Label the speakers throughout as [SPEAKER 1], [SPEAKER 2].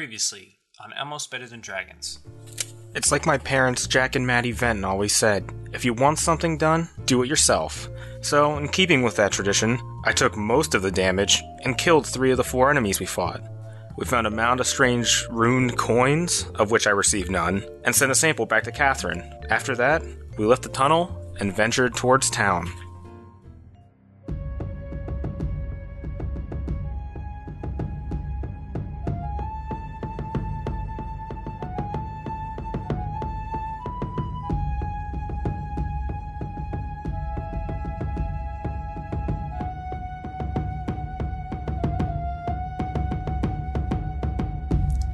[SPEAKER 1] Previously on Almost Better Than Dragons.
[SPEAKER 2] It's like my parents, Jack and Maddie Venton, always said if you want something done, do it yourself. So, in keeping with that tradition, I took most of the damage and killed three of the four enemies we fought. We found a mound of strange rune coins, of which I received none, and sent a sample back to Catherine. After that, we left the tunnel and ventured towards town.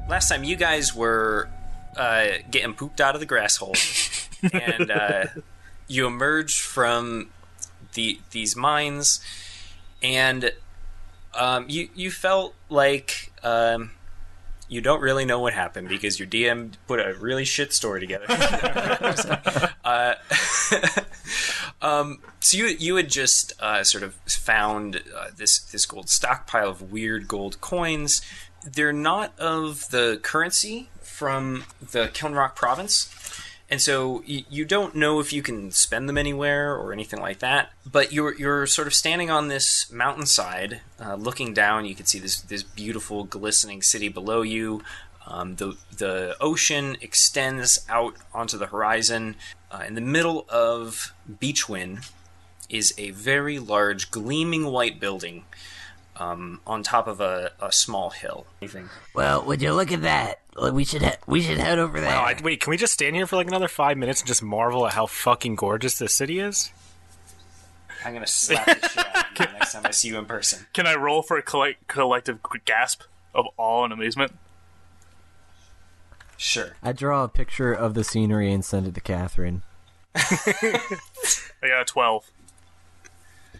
[SPEAKER 1] Last time you guys were uh, getting pooped out of the grass hole, and uh, you emerge from the these mines, and um, you you felt like um, you don't really know what happened because your DM put a really shit story together. Uh, Um, so you you had just uh, sort of found uh, this this gold stockpile of weird gold coins. They're not of the currency from the Kilnrock province, and so you, you don't know if you can spend them anywhere or anything like that. But you're you're sort of standing on this mountainside, uh, looking down. You can see this this beautiful glistening city below you. Um, the the ocean extends out onto the horizon. Uh, in the middle of Beachwin is a very large, gleaming white building um, on top of a, a small hill.
[SPEAKER 3] Well, would you look at that? Well, We should he- we should head over there.
[SPEAKER 2] Oh, I- wait, can we just stand here for like another five minutes and just marvel at how fucking gorgeous this city is?
[SPEAKER 1] I'm gonna slap the shit out of you next time I see you in person.
[SPEAKER 4] Can I roll for a collect- collective g- gasp of awe and amazement?
[SPEAKER 1] Sure.
[SPEAKER 5] I draw a picture of the scenery and send it to Catherine.
[SPEAKER 4] I got a 12.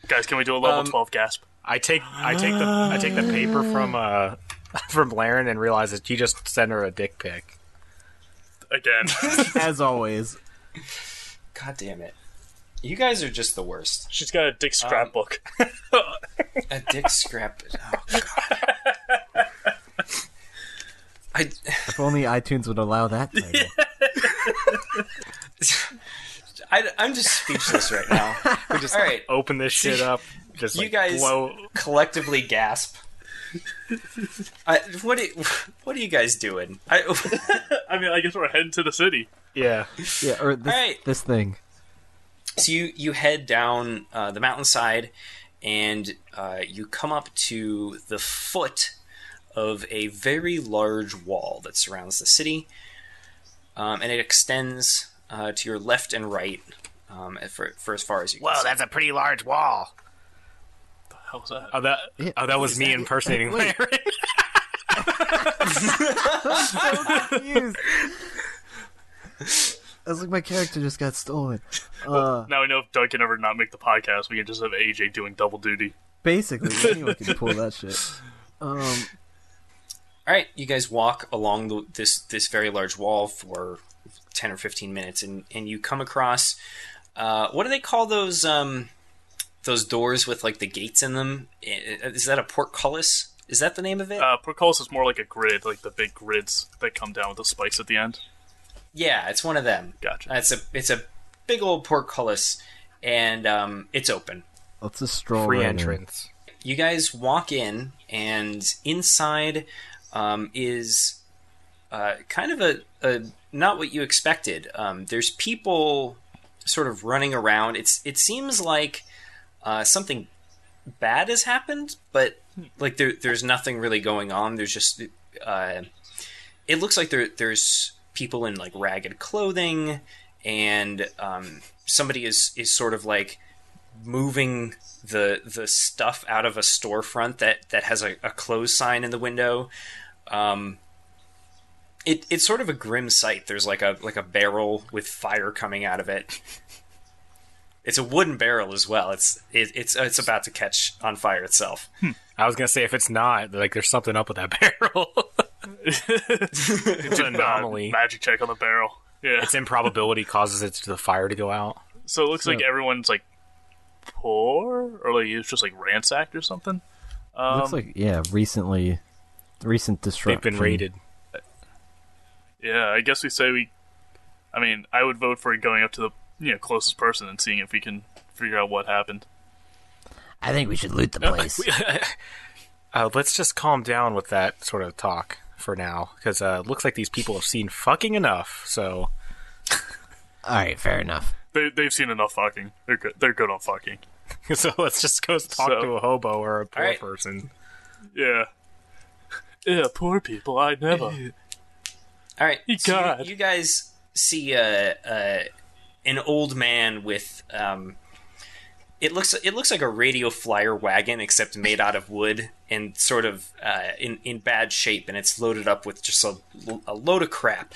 [SPEAKER 4] Guys, can we do a level
[SPEAKER 1] Um,
[SPEAKER 4] 12 gasp?
[SPEAKER 2] I take I take the I take the paper from uh from Laren and realize that you just sent her a dick pic.
[SPEAKER 4] Again.
[SPEAKER 5] As always.
[SPEAKER 1] God damn it. You guys are just the worst.
[SPEAKER 4] She's got a
[SPEAKER 2] Um,
[SPEAKER 4] dick scrapbook.
[SPEAKER 1] A dick scrap. Oh god. I
[SPEAKER 5] If only iTunes would allow that title.
[SPEAKER 1] I I'm just speechless right now.
[SPEAKER 2] We just
[SPEAKER 1] All right.
[SPEAKER 2] open this shit up. Just
[SPEAKER 1] You
[SPEAKER 2] like,
[SPEAKER 1] guys-
[SPEAKER 2] blow.
[SPEAKER 1] collectively gasp. I, what are, what are you guys doing? I,
[SPEAKER 4] I mean, I guess we're heading to the city.
[SPEAKER 2] Yeah.
[SPEAKER 5] yeah, or this,
[SPEAKER 1] Alright.
[SPEAKER 5] this thing.
[SPEAKER 1] so you you head down uh, the mountainside, and uh, you come up to the foot of a very large wall that surrounds the city, um, and it extends uh, to your left and right um, for, for as far as you. can see.
[SPEAKER 2] that's a pretty large wall.
[SPEAKER 4] How's that?
[SPEAKER 2] Oh, that oh, that was me impersonating Laren.
[SPEAKER 5] Confused. I was like, my character just got stolen. Uh,
[SPEAKER 4] Now we know if Doug can ever not make the podcast, we can just have AJ doing double duty.
[SPEAKER 5] basically, anyone can pull that shit. Um,
[SPEAKER 1] All right, you guys walk along the, this this very large wall for ten or fifteen minutes, and and you come across uh, what do they call those um, those doors with like the gates in them? I- I- Is that a portcullis? Is that the name of it?
[SPEAKER 4] Uh, Proculus is more like a grid, like the big grids that come down with the spikes at the end.
[SPEAKER 1] yeah, it's one of them.
[SPEAKER 4] Gotcha.
[SPEAKER 1] Uh, It's a it's a big old portcullis, and um, it's open.
[SPEAKER 5] let's just stroll
[SPEAKER 2] Free
[SPEAKER 5] right in.
[SPEAKER 2] entrance.
[SPEAKER 1] you guys walk in, and inside um, is uh, kind of a, a not what you expected. Um, there's people sort of running around. It's it seems like uh, something bad has happened, but like there there's nothing really going on. There's just uh, it looks like there there's people in like ragged clothing, and um, somebody is is sort of like moving the the stuff out of a storefront that that has a, a close sign in the window. Um, it it's sort of a grim sight. There's like a like a barrel with fire coming out of it. It's a wooden barrel as well. It's it, it's it's about to catch on fire itself.
[SPEAKER 2] I was gonna say if it's not like there's something up with that barrel. it's an anomaly.
[SPEAKER 4] uh, Magic check on the barrel. Yeah.
[SPEAKER 2] Its improbability causes it to the fire to go out.
[SPEAKER 4] So it looks like everyone's like poor, or like it's just like ransacked or something.
[SPEAKER 5] Looks like yeah, recently, recent disruption. hmm.
[SPEAKER 2] They've been raided.
[SPEAKER 4] Yeah, I guess we say we. I mean, I would vote for going up to the you know closest person and seeing if we can figure out what happened.
[SPEAKER 3] I think we should loot the place.
[SPEAKER 2] Uh, let's just calm down with that sort of talk for now, because uh, it looks like these people have seen fucking enough. So
[SPEAKER 3] All right, fair enough.
[SPEAKER 4] They they've seen enough fucking. They're good. They're good on fucking.
[SPEAKER 2] so let's just go talk
[SPEAKER 4] So-
[SPEAKER 2] to a hobo or a poor
[SPEAKER 1] Alright.
[SPEAKER 2] person.
[SPEAKER 4] Yeah. Yeah, poor people. I never.
[SPEAKER 1] All right,
[SPEAKER 4] You
[SPEAKER 1] so you-
[SPEAKER 4] got it.
[SPEAKER 1] you, guys see uh, uh, an old man with um, it looks it looks like a radio flyer wagon, except made out of wood and sort of uh, in in bad shape, and it's loaded up with just a, a load of crap.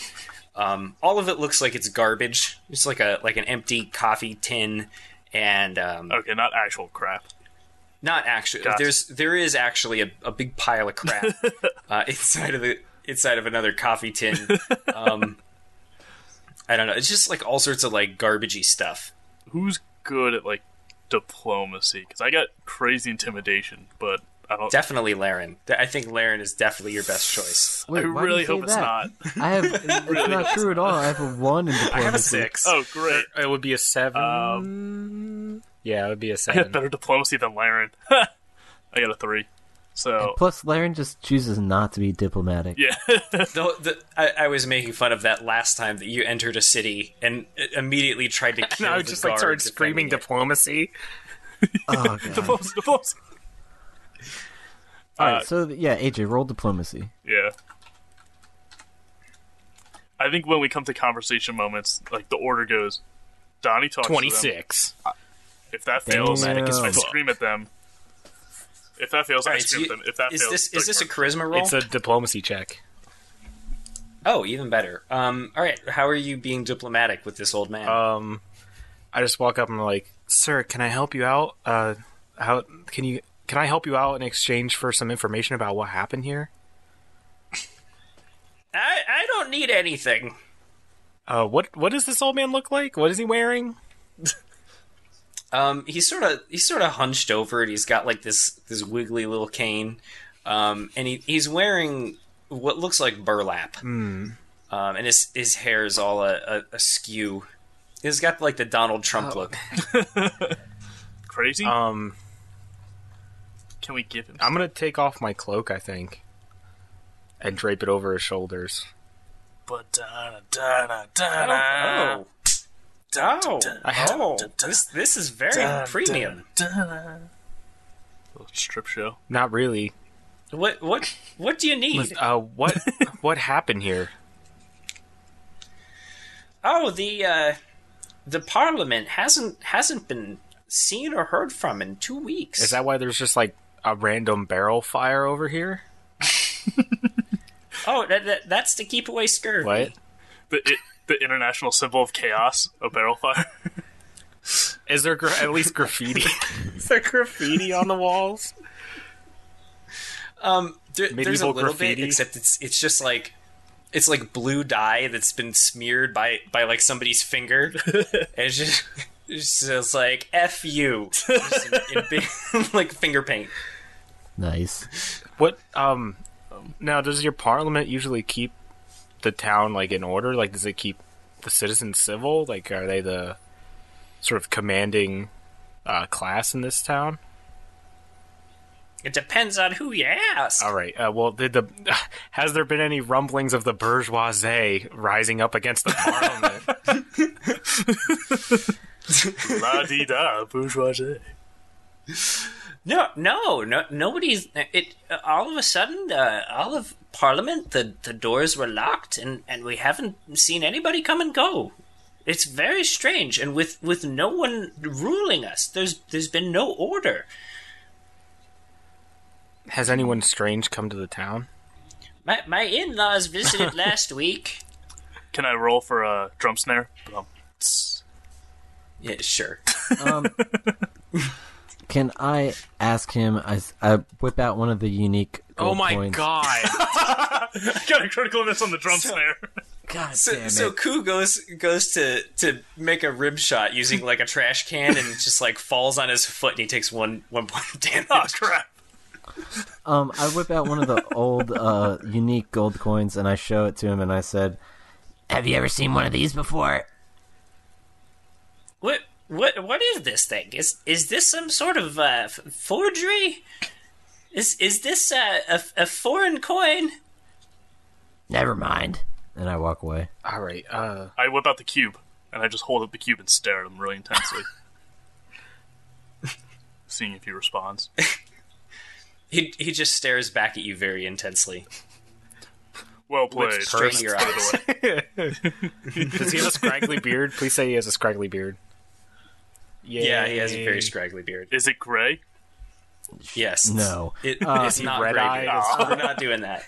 [SPEAKER 1] Um, all of it looks like it's garbage. It's like a like an empty coffee tin, and um,
[SPEAKER 4] Okay, not actual crap.
[SPEAKER 1] not actually.
[SPEAKER 4] Gotcha.
[SPEAKER 1] There's there is actually a, a big pile of crap uh, inside of the inside of another coffee tin. Um, I don't know. It's just like all sorts of like garbagey stuff.
[SPEAKER 4] Who's good at like diplomacy? Because I got crazy intimidation, but I don't.
[SPEAKER 1] Definitely Laren. Th- I think Laren is definitely your best choice.
[SPEAKER 5] Wait,
[SPEAKER 4] I
[SPEAKER 5] why do you
[SPEAKER 4] really
[SPEAKER 5] say
[SPEAKER 4] hope it's
[SPEAKER 5] that?
[SPEAKER 4] not.
[SPEAKER 5] I have. It's not true at all. I have a one in diplomacy.
[SPEAKER 2] I have a six. Um,
[SPEAKER 4] Oh, great!
[SPEAKER 2] It would be a seven. yeah, it would be a
[SPEAKER 4] I had
[SPEAKER 2] seven.
[SPEAKER 4] better diplomacy than Laren. I got a three. So
[SPEAKER 5] Plus, Laren just chooses not to be diplomatic.
[SPEAKER 4] yeah,
[SPEAKER 1] The, the, I, I was making fun of that last time that you entered a city and i- immediately tried to kill.
[SPEAKER 2] No, I
[SPEAKER 1] the
[SPEAKER 2] just like
[SPEAKER 1] guard
[SPEAKER 2] started screaming
[SPEAKER 1] defending
[SPEAKER 2] diplomacy.
[SPEAKER 5] Oh, God.
[SPEAKER 4] diplomacy, diplomacy.
[SPEAKER 5] all right, so yeah, AJ, roll diplomacy.
[SPEAKER 4] Yeah. I think when we come to conversation moments, like the order goes, Donnie talks to them.
[SPEAKER 2] Twenty six.
[SPEAKER 4] If that fails,
[SPEAKER 5] Diplomatic as
[SPEAKER 4] I
[SPEAKER 5] fuck.
[SPEAKER 4] scream at them. If that fails,
[SPEAKER 1] it. All
[SPEAKER 4] I
[SPEAKER 1] right, so
[SPEAKER 4] scream
[SPEAKER 1] you-
[SPEAKER 4] at them. If that
[SPEAKER 1] is
[SPEAKER 4] fails,
[SPEAKER 1] this
[SPEAKER 4] Doug
[SPEAKER 1] is this a
[SPEAKER 4] Murphy.
[SPEAKER 1] charisma roll?
[SPEAKER 2] It's a diplomacy check.
[SPEAKER 1] oh, even better. Um, all right, how are you being diplomatic with this old man?
[SPEAKER 2] Um, I just walk up and I'm like, "Sir, can I help you out? Uh, how can you? Can I help you out in exchange for some information about what happened here?
[SPEAKER 1] I I don't need anything.
[SPEAKER 2] Uh, what what does this old man look like? What is he wearing?
[SPEAKER 1] Um, he's sort of he's sort of hunched over, and he's got like this this wiggly little cane, um, and he, he's wearing what looks like burlap,
[SPEAKER 2] Hmm.
[SPEAKER 1] um, and his his hair is all a, a, askew. He's got like the Donald Trump look.
[SPEAKER 4] crazy?
[SPEAKER 2] Um,
[SPEAKER 4] Can we give him?
[SPEAKER 2] I'm gonna take off my cloak, I think, and drape it over his shoulders.
[SPEAKER 4] But uh, da da da da da
[SPEAKER 1] Oh, oh, oh,
[SPEAKER 2] I had-
[SPEAKER 1] oh. this this is very premium.
[SPEAKER 4] da. Little strip show.
[SPEAKER 2] Not really.
[SPEAKER 1] What what what do you need?
[SPEAKER 2] Uh, what what happened here?
[SPEAKER 1] Oh, the uh, the Parliament hasn't hasn't been seen or heard from in two weeks.
[SPEAKER 2] Is that why there's just like a random barrel fire over here?
[SPEAKER 1] Oh, that, that, that's to keep away scurvy.
[SPEAKER 2] What?
[SPEAKER 4] The it, the international symbol of chaos, a barrel fire.
[SPEAKER 2] Is there gra- at least graffiti? Is there graffiti on the walls?
[SPEAKER 1] Um, there, there's a
[SPEAKER 2] Medieval
[SPEAKER 1] little
[SPEAKER 2] graffiti.
[SPEAKER 1] bit, except it's it's just like it's like blue dye that's been smeared by by like somebody's finger, and it's just. It's just like F you, Just in- in big- like finger paint.
[SPEAKER 5] Nice.
[SPEAKER 2] What? Um. Now, does your parliament usually keep the town like in order? Like, does it keep the citizens civil? Like, are they the sort of commanding uh, class in this town?
[SPEAKER 1] It depends on who you ask.
[SPEAKER 2] All right. Uh, well, did the has there been any rumblings of the bourgeoisie rising up against the parliament?
[SPEAKER 4] La di da bourgeoisie.
[SPEAKER 1] No, no, no, nobody's. It all of a sudden, uh, all of Parliament, the the doors were locked, and and we haven't seen anybody come and go. It's very strange, and with with no one ruling us, there's there's been no order.
[SPEAKER 2] has anyone strange come to the town?
[SPEAKER 1] My my in laws visited last week.
[SPEAKER 4] Can I roll for a drum snare? Um,
[SPEAKER 1] Yeah, sure.
[SPEAKER 5] Um, can I ask him? I, s- I whip out one of the unique. gold coins.
[SPEAKER 2] Oh god!
[SPEAKER 4] Got a critical miss on the drum snare.
[SPEAKER 5] God damn
[SPEAKER 1] So,
[SPEAKER 5] it!
[SPEAKER 1] so Ku goes goes to to make a rib shot using like a trash can, and just like falls on his foot, and he takes one one point of damage.
[SPEAKER 4] Oh crap!
[SPEAKER 5] Um, I whip out one of the old uh, unique gold coins and I show it to him and I said,
[SPEAKER 3] Have you ever seen one of these before?
[SPEAKER 1] What what what is this thing? Is is this some sort of uh, f- forgery? Is is this uh, a a foreign coin?
[SPEAKER 3] Never mind.
[SPEAKER 5] And I walk away.
[SPEAKER 2] All right. Uh,
[SPEAKER 4] I whip out the cube and I just hold up the cube and stare at him really intensely, seeing if he responds.
[SPEAKER 1] He he just stares back at you very intensely.
[SPEAKER 4] Well played.
[SPEAKER 1] Looks straight in your
[SPEAKER 4] Put it
[SPEAKER 1] eyes.
[SPEAKER 4] away.
[SPEAKER 2] does he have a scraggly beard? Please say he has a scraggly beard.
[SPEAKER 1] Yeah, he has a very
[SPEAKER 2] Yay.
[SPEAKER 1] scraggly beard.
[SPEAKER 4] Is it gray?
[SPEAKER 1] Yes.
[SPEAKER 5] No.
[SPEAKER 1] It,
[SPEAKER 5] Uh,
[SPEAKER 1] it's not
[SPEAKER 2] red
[SPEAKER 1] red
[SPEAKER 2] eyed?
[SPEAKER 1] We're not doing that.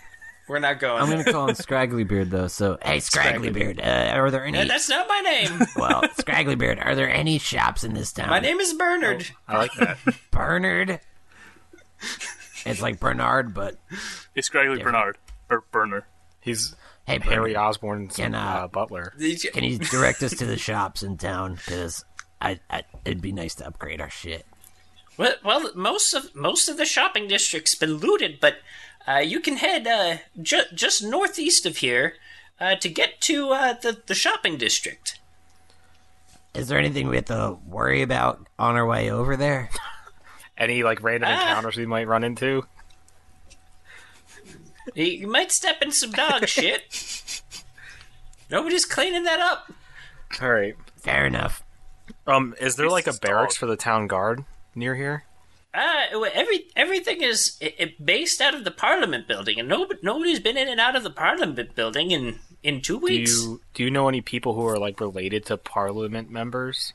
[SPEAKER 1] We're not going.
[SPEAKER 5] I'm
[SPEAKER 1] there.
[SPEAKER 5] gonna call him Scraggly Beard though. So
[SPEAKER 3] Hey, Scragglybeard, uh, are there
[SPEAKER 1] Uh,
[SPEAKER 3] any?
[SPEAKER 1] That's not my name.
[SPEAKER 3] well, Scragglybeard, are there any shops in this town?
[SPEAKER 1] My name is Bernard.
[SPEAKER 2] I like that.
[SPEAKER 3] Bernard. It's like Bernard, but
[SPEAKER 4] It's Scraggly Bernard or Burner.
[SPEAKER 2] He's
[SPEAKER 3] hey, Bernard,
[SPEAKER 2] Harry Osborn's
[SPEAKER 3] Can, uh,
[SPEAKER 2] uh, butler.
[SPEAKER 3] can you direct us to the shops in town? Because I, I, it'd be nice to upgrade our shit.
[SPEAKER 1] Well, well, most of most of the shopping district's been looted, but uh, you can head uh, ju- just northeast of here uh, to get to uh, the the shopping district.
[SPEAKER 3] Is there anything we have to worry about on our way over there?
[SPEAKER 2] Any like random
[SPEAKER 1] Ah.
[SPEAKER 2] encounters we might run into?
[SPEAKER 1] You you might step in some dog shit. Nobody's cleaning that up.
[SPEAKER 2] All right.
[SPEAKER 3] Fair enough.
[SPEAKER 2] Um, is there
[SPEAKER 4] He's
[SPEAKER 2] like a
[SPEAKER 4] just
[SPEAKER 2] barracks
[SPEAKER 4] dog.
[SPEAKER 2] for the town guard near here?
[SPEAKER 1] Uh, well, every everything is i i based out of the Parliament building, and no, nobody's been in and out of the Parliament building in in two
[SPEAKER 2] Do
[SPEAKER 1] weeks.
[SPEAKER 2] you do you know any people who are like related to parliament members?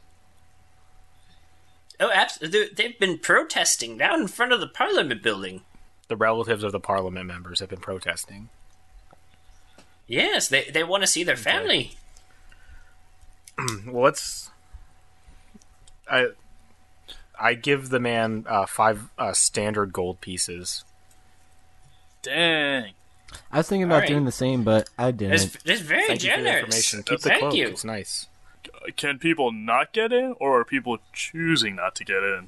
[SPEAKER 1] Oh, abs- they- they've been protesting down in front of the Parliament building.
[SPEAKER 2] The relatives of the parliament members have been protesting.
[SPEAKER 1] Yes, they they want to see their family.
[SPEAKER 2] Well, let's. I I give the man uh, five uh, standard gold pieces.
[SPEAKER 4] Dang.
[SPEAKER 5] I was thinking about
[SPEAKER 1] Alright.
[SPEAKER 5] doing the same, but I didn't.
[SPEAKER 1] It's, it's very
[SPEAKER 2] Thank you for the
[SPEAKER 1] generous. Oh,
[SPEAKER 2] information. Keep the
[SPEAKER 1] Thank
[SPEAKER 2] cloak.
[SPEAKER 1] you.
[SPEAKER 2] It's nice.
[SPEAKER 4] Uh, Can people not get in, or are people choosing not to get in?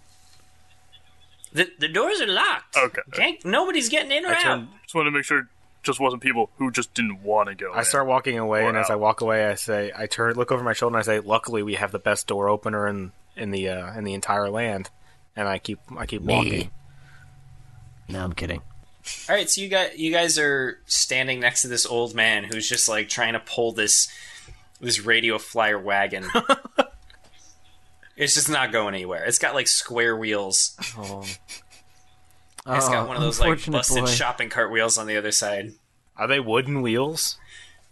[SPEAKER 1] The, the doors are locked.
[SPEAKER 4] Okay.
[SPEAKER 1] Can't, nobody's getting in or
[SPEAKER 2] I
[SPEAKER 1] out.
[SPEAKER 2] turn-
[SPEAKER 4] Just wanted to make sure it just wasn't people who just didn't want to go.
[SPEAKER 2] I
[SPEAKER 4] in.
[SPEAKER 2] start walking away,
[SPEAKER 4] Or
[SPEAKER 2] and as
[SPEAKER 4] out.
[SPEAKER 2] I walk away, I say, I turn, look over my shoulder, and I say, "Luckily, we have the best door opener in in the uh, in the entire land." And I keep I keep
[SPEAKER 3] Me.
[SPEAKER 2] walking.
[SPEAKER 5] No, I'm kidding.
[SPEAKER 1] All right, so you got you guys are standing next to this old man who's just like trying to pull this this radio flyer wagon. it's just not going anywhere. It's got like square wheels.
[SPEAKER 2] Oh.
[SPEAKER 1] It's got
[SPEAKER 5] Oh,
[SPEAKER 1] one of those like
[SPEAKER 5] unfortunate
[SPEAKER 1] busted
[SPEAKER 5] boy.
[SPEAKER 1] shopping cart wheels on the other side.
[SPEAKER 2] Are they wooden wheels?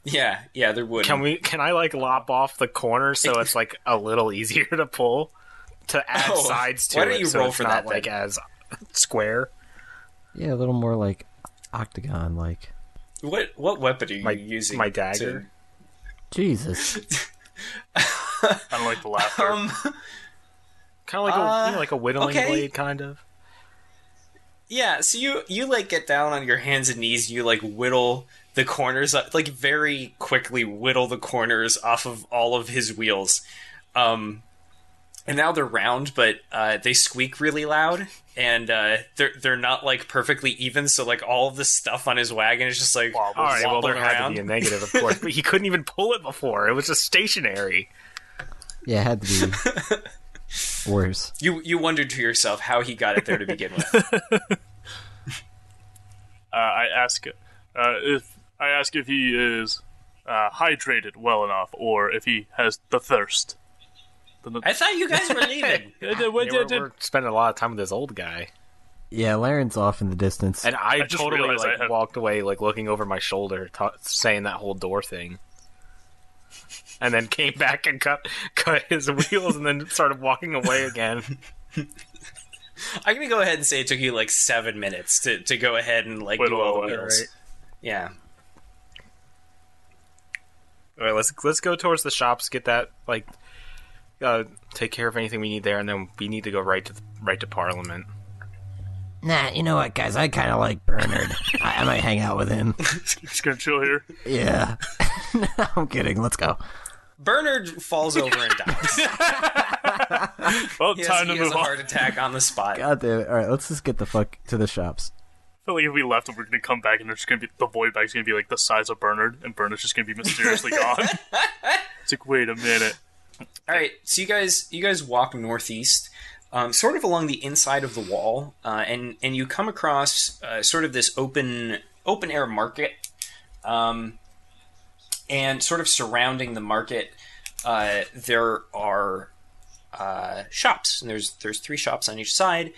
[SPEAKER 1] Yeah, yeah, they're wooden.
[SPEAKER 2] Can we? Can I like lop off the corner so it's like a little easier to pull to add
[SPEAKER 1] Oh,
[SPEAKER 2] sides to
[SPEAKER 1] why
[SPEAKER 2] it?
[SPEAKER 1] don't you
[SPEAKER 2] so
[SPEAKER 1] roll
[SPEAKER 2] it's
[SPEAKER 1] for that,
[SPEAKER 2] not like
[SPEAKER 1] then?
[SPEAKER 2] as square?
[SPEAKER 5] Yeah, a little more like octagon, like
[SPEAKER 1] What what weapon are you
[SPEAKER 2] My-
[SPEAKER 1] using?
[SPEAKER 2] my
[SPEAKER 1] to-
[SPEAKER 2] dagger.
[SPEAKER 5] Jesus.
[SPEAKER 4] I don't like the laughter.
[SPEAKER 1] Um,
[SPEAKER 2] Kind of like a you know, like a whittling
[SPEAKER 1] okay.
[SPEAKER 2] blade, kind of.
[SPEAKER 1] Yeah, so you you like get down on your hands and knees, and you like whittle the corners like very quickly whittle the corners off of all of his wheels. Um and now they're round, but uh, they squeak really loud, and uh, they're they're not like perfectly even. So like all of the stuff on his wagon is just like
[SPEAKER 4] Wobbles.
[SPEAKER 2] All right. Well, there
[SPEAKER 1] wobbling
[SPEAKER 2] had to
[SPEAKER 1] around.
[SPEAKER 2] be a negative, of course, but he couldn't even pull it before. It was just stationary.
[SPEAKER 5] Yeah, it had to be worse.
[SPEAKER 1] you you wonder to yourself how he got it there to begin with.
[SPEAKER 4] uh, I ask uh, if I ask if he is uh, hydrated well enough, or if he has the thirst. The-
[SPEAKER 1] I thought you guys were leaving.
[SPEAKER 4] Uh, the- what-
[SPEAKER 2] Yeah, we're,
[SPEAKER 4] the-
[SPEAKER 2] we're spending a lot of time with this old guy,
[SPEAKER 5] Yeah, Laren's off in the distance.
[SPEAKER 2] and I,
[SPEAKER 4] I just
[SPEAKER 2] totally
[SPEAKER 4] realized I
[SPEAKER 2] like
[SPEAKER 4] had-
[SPEAKER 2] walked away, like looking over my shoulder, ta saying that whole door thing, and then came back and cut cut his wheels, and then started walking away again.
[SPEAKER 1] I'm gonna go ahead and say it took you like seven minutes to, to go ahead and like
[SPEAKER 4] Whittle
[SPEAKER 1] do all the
[SPEAKER 4] away,
[SPEAKER 1] wheels. Yeah.
[SPEAKER 2] All right, let's let's go towards the shops, get that like, uh, take care of anything we need there, and then we need to go right to right to Parliament.
[SPEAKER 3] Nah, you know what, guys? I kind of like Bernard. I, I might hang out with him.
[SPEAKER 4] just gonna chill here.
[SPEAKER 3] Yeah. no, I'm kidding. Let's go.
[SPEAKER 1] Bernard falls over and dies.
[SPEAKER 4] Well,
[SPEAKER 1] He has,
[SPEAKER 4] time to
[SPEAKER 1] he has
[SPEAKER 4] move
[SPEAKER 1] a
[SPEAKER 4] on.
[SPEAKER 1] heart attack on the spot.
[SPEAKER 5] God damn it. All right, let's just get the fuck to the shops.
[SPEAKER 4] feel like if we left, we're gonna come back and it's just gonna be the void bag's gonna be like the size of Bernard, and Bernard's just gonna be mysteriously gone. it's like, wait a minute.
[SPEAKER 1] All right, so you guys you guys walk northeast, um, sort of along the inside of the wall, uh, and and you come across uh, sort of this open open air market, um, and sort of surrounding the market, uh, there are uh, shops. And there's there's three shops on each side.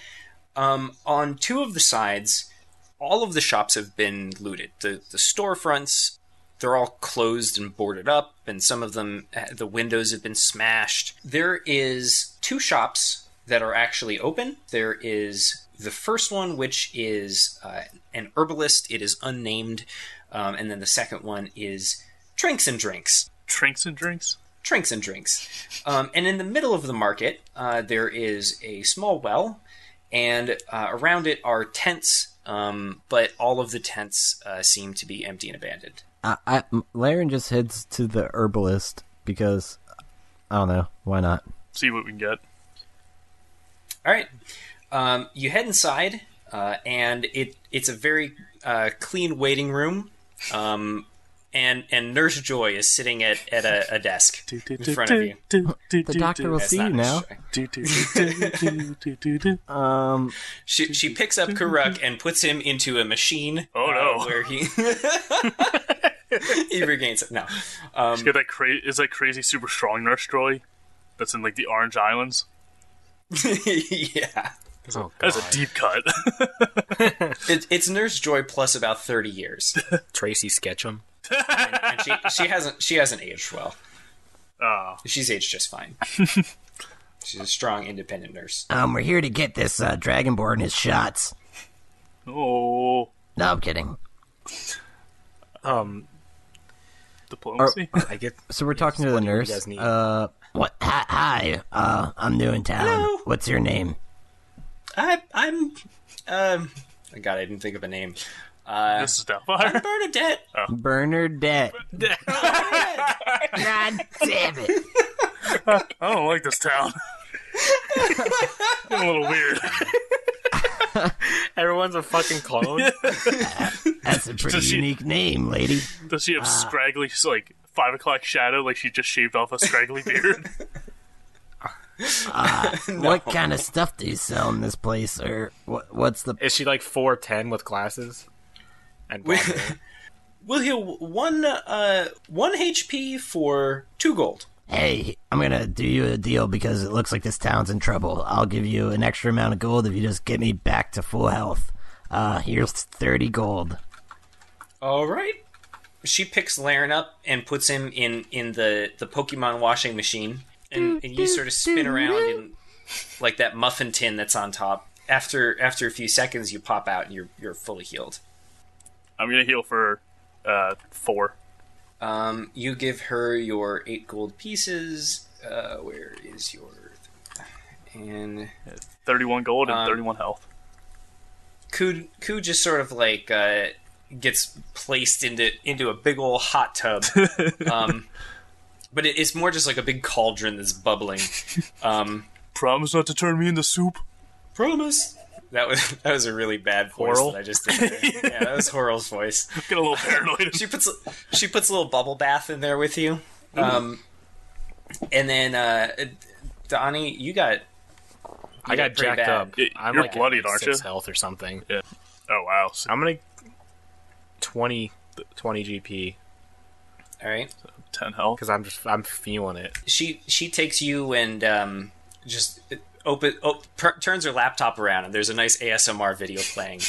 [SPEAKER 1] Um, on two of the sides, all of the shops have been looted. The the storefronts they're all closed and boarded up, and some of them, eh, the windows have been smashed. There is two shops that are actually open. There is the first one, which is uh, an herbalist. It is unnamed, um, and then the second one is Trinks and Drinks.
[SPEAKER 4] Trinks and drinks.
[SPEAKER 1] Trinks and Drinks. Um, and in the middle of the market, uh, there is a small well, and uh, around it are tents. Um, but all of the tents uh, seem to be empty and abandoned.
[SPEAKER 5] I, I Laren just heads to the herbalist because I don't know why not.
[SPEAKER 4] See what we can get.
[SPEAKER 1] All right. Um, you head inside, uh, and it it's a very uh, clean waiting room. Um, and and Nurse Joy is sitting at, at a, a desk in front of you.
[SPEAKER 5] The doctor will
[SPEAKER 1] That's
[SPEAKER 5] see
[SPEAKER 1] not
[SPEAKER 5] you
[SPEAKER 1] Nurse
[SPEAKER 5] now.
[SPEAKER 1] Joy.
[SPEAKER 5] Um,
[SPEAKER 1] She she picks up Kuruk and puts him into a machine.
[SPEAKER 4] Oh,
[SPEAKER 1] uh,
[SPEAKER 4] no.
[SPEAKER 1] where he he regains it. No, um,
[SPEAKER 4] Just get that cra- is that crazy super strong nurse droid that's in like the Orange Islands.
[SPEAKER 1] yeah.
[SPEAKER 2] Oh,
[SPEAKER 4] That's a deep cut.
[SPEAKER 1] It, it's Nurse Joy plus about thirty years,
[SPEAKER 2] Tracy Sketchum.
[SPEAKER 1] and she she hasn't she hasn't aged well.
[SPEAKER 4] oh,
[SPEAKER 1] She's aged just fine. She's a strong, independent nurse.
[SPEAKER 3] Um, we're here to get this uh, dragonborn his shots.
[SPEAKER 4] oh,
[SPEAKER 3] No, I'm kidding.
[SPEAKER 2] Um,
[SPEAKER 4] diplomacy.
[SPEAKER 5] Oh,
[SPEAKER 2] I get.
[SPEAKER 5] so we're talking to
[SPEAKER 2] what
[SPEAKER 5] the
[SPEAKER 2] do you
[SPEAKER 5] nurse.
[SPEAKER 2] guys need?
[SPEAKER 5] Uh,
[SPEAKER 3] What? Hi, hi. Uh, I'm new in town.
[SPEAKER 1] Hello.
[SPEAKER 3] What's your name?
[SPEAKER 1] I, I'm, um, oh God, I didn't think of a name. Uh,
[SPEAKER 4] this is Doubtfire.
[SPEAKER 1] Bernadette.
[SPEAKER 5] Bernadette.
[SPEAKER 3] God damn it!
[SPEAKER 4] I don't like this town. Getting a little weird.
[SPEAKER 2] Everyone's a fucking clone.
[SPEAKER 3] That's a pretty
[SPEAKER 4] she-
[SPEAKER 3] unique name, lady.
[SPEAKER 4] Does she have scraggly, like five o'clock shadow? Like she just shaved off a scraggly beard?
[SPEAKER 3] What kind of stuff do you sell in this place, or what, what's the?
[SPEAKER 2] Is she like four ten with glasses? And blonde hair?
[SPEAKER 1] We'll heal one, uh, one HP for two gold.
[SPEAKER 3] Hey, I'm gonna do you a deal because it looks like this town's in trouble. I'll give you an extra amount of gold if you just get me back to full health. Uh, here's thirty gold.
[SPEAKER 1] All right. She picks Laren up and puts him in in the the Pokemon washing machine, and, and you sort of spin around in like that muffin tin that's on top. After after a few seconds, you pop out and you're you're fully healed.
[SPEAKER 4] I'm gonna heal for uh four.
[SPEAKER 1] Um, you give her your eight gold pieces. Uh, where is your and
[SPEAKER 4] 31 gold and
[SPEAKER 1] Um,
[SPEAKER 4] 31 health.
[SPEAKER 1] Ku Ku just sort of like uh, gets placed into into a big old hot tub. um, but it, it's more just like a big cauldron that's bubbling. Um,
[SPEAKER 4] Promise not to turn me into soup.
[SPEAKER 1] Promise. That was that was a really bad voice
[SPEAKER 2] Horrell?
[SPEAKER 1] that I just did. There. yeah, that was Horrell's voice.
[SPEAKER 4] Get a little paranoid.
[SPEAKER 1] She puts she puts a little bubble bath in there with you. Um, and then uh, Donnie, you got
[SPEAKER 2] I got
[SPEAKER 1] pretty
[SPEAKER 2] jacked
[SPEAKER 1] bad.
[SPEAKER 2] up.
[SPEAKER 4] Y-
[SPEAKER 2] I'm
[SPEAKER 4] you're
[SPEAKER 2] like at,
[SPEAKER 4] bloodied,
[SPEAKER 2] like,
[SPEAKER 4] aren't
[SPEAKER 2] six
[SPEAKER 4] you?
[SPEAKER 2] Health or something.
[SPEAKER 4] oh wow. So
[SPEAKER 2] I'm gonna 20, 20 GP
[SPEAKER 1] all right.
[SPEAKER 4] 10 health.
[SPEAKER 2] because I'm just I'm feeling it.
[SPEAKER 1] she she takes you and um, just open op- per- turns her laptop around and there's a nice ASMR video playing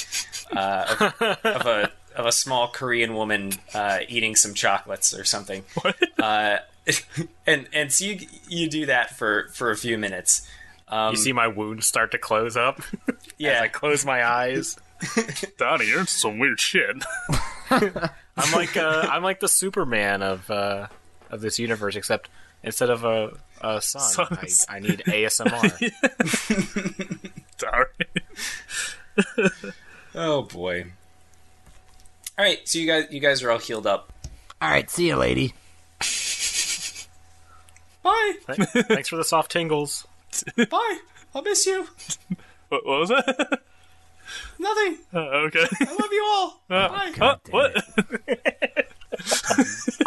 [SPEAKER 1] uh, of, of a of a small Korean woman uh, eating some chocolates or something. Uh, and and so you you do that for for a few minutes. Um,
[SPEAKER 2] You see my wounds start to close up.
[SPEAKER 1] yeah,
[SPEAKER 2] I close my eyes.
[SPEAKER 4] Donnie, you're into some weird shit.
[SPEAKER 2] I'm like uh, I'm like the Superman of uh, of this universe, except instead of a, a sun, I,
[SPEAKER 4] Suns.
[SPEAKER 2] I need ASMR.
[SPEAKER 4] Sorry.
[SPEAKER 1] oh boy. All right, so you guys you guys are all healed up.
[SPEAKER 3] All right, see you, lady.
[SPEAKER 1] Bye,
[SPEAKER 2] Thanks for the soft tingles.
[SPEAKER 1] bye. I'll miss you.
[SPEAKER 4] What, what was that?
[SPEAKER 1] Nothing.
[SPEAKER 4] Uh, okay.
[SPEAKER 1] I love you all.
[SPEAKER 4] Uh,
[SPEAKER 1] Bye.
[SPEAKER 4] huh,
[SPEAKER 3] damn
[SPEAKER 4] what?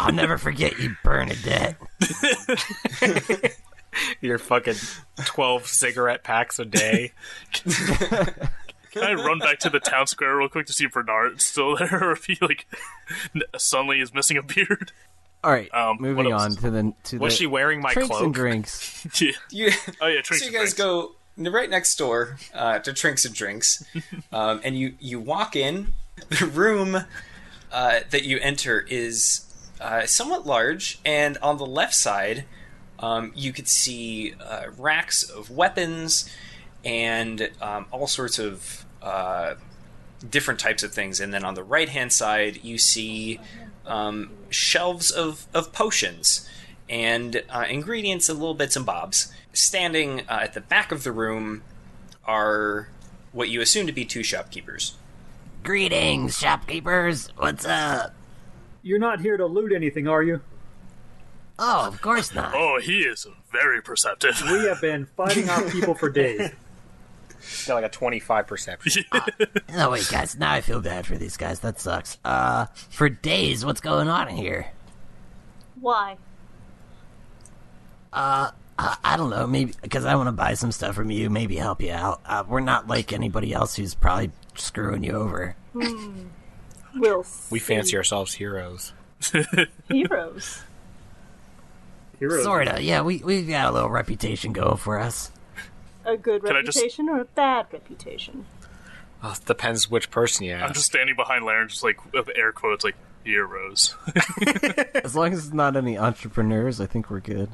[SPEAKER 3] I'll never forget you, Bernadette.
[SPEAKER 2] Your fucking 12 cigarette packs a day.
[SPEAKER 4] Can I run back to the town square real quick to see if Bernard's still there or if he like n- suddenly is missing a beard?
[SPEAKER 5] All right,
[SPEAKER 4] Um,
[SPEAKER 5] moving
[SPEAKER 4] what else?
[SPEAKER 5] on to the to
[SPEAKER 2] Was
[SPEAKER 5] the
[SPEAKER 2] she wearing my
[SPEAKER 5] drinks and
[SPEAKER 2] cloak?
[SPEAKER 5] drinks.
[SPEAKER 4] yeah.
[SPEAKER 1] You,
[SPEAKER 4] Oh yeah.
[SPEAKER 1] so you guys go n- right next door uh, to Trinks and Drinks, um, and you you walk in. The room uh, that you enter is uh, somewhat large, and on the left side, um, you could see uh, racks of weapons and um, all sorts of uh, different types of things. And then on the right hand side, you see um, shelves of, of potions and uh, ingredients and little bits and bobs. Standing uh, at the back of the room are what you assume to be two shopkeepers.
[SPEAKER 3] Greetings, shopkeepers. What's up?
[SPEAKER 6] You're not here to loot anything, are you?
[SPEAKER 3] Oh, of course not.
[SPEAKER 4] Oh, he is very perceptive.
[SPEAKER 6] We have been fighting off people for days.
[SPEAKER 2] Got like a 25 perception.
[SPEAKER 3] No, Oh, wait, guys. Now I feel bad for these guys. That sucks. Uh, for days, what's going on here?
[SPEAKER 7] Why?
[SPEAKER 3] Uh, I don't know. Maybe because I want to buy some stuff from you. Maybe help you out. Uh, we're not like anybody else who's probably screwing you over.
[SPEAKER 7] Will
[SPEAKER 2] We fancy ourselves heroes.
[SPEAKER 7] heroes.
[SPEAKER 6] Heroes.
[SPEAKER 3] Sorta. Yeah, we we've got a little reputation going for us.
[SPEAKER 7] A good
[SPEAKER 4] Can I just-
[SPEAKER 7] reputation or a bad reputation?
[SPEAKER 2] Uh, depends which person you ask.
[SPEAKER 4] I'm just standing behind Laren, just like with air quotes, like heroes.
[SPEAKER 5] As long as it's not any entrepreneurs, I think we're good.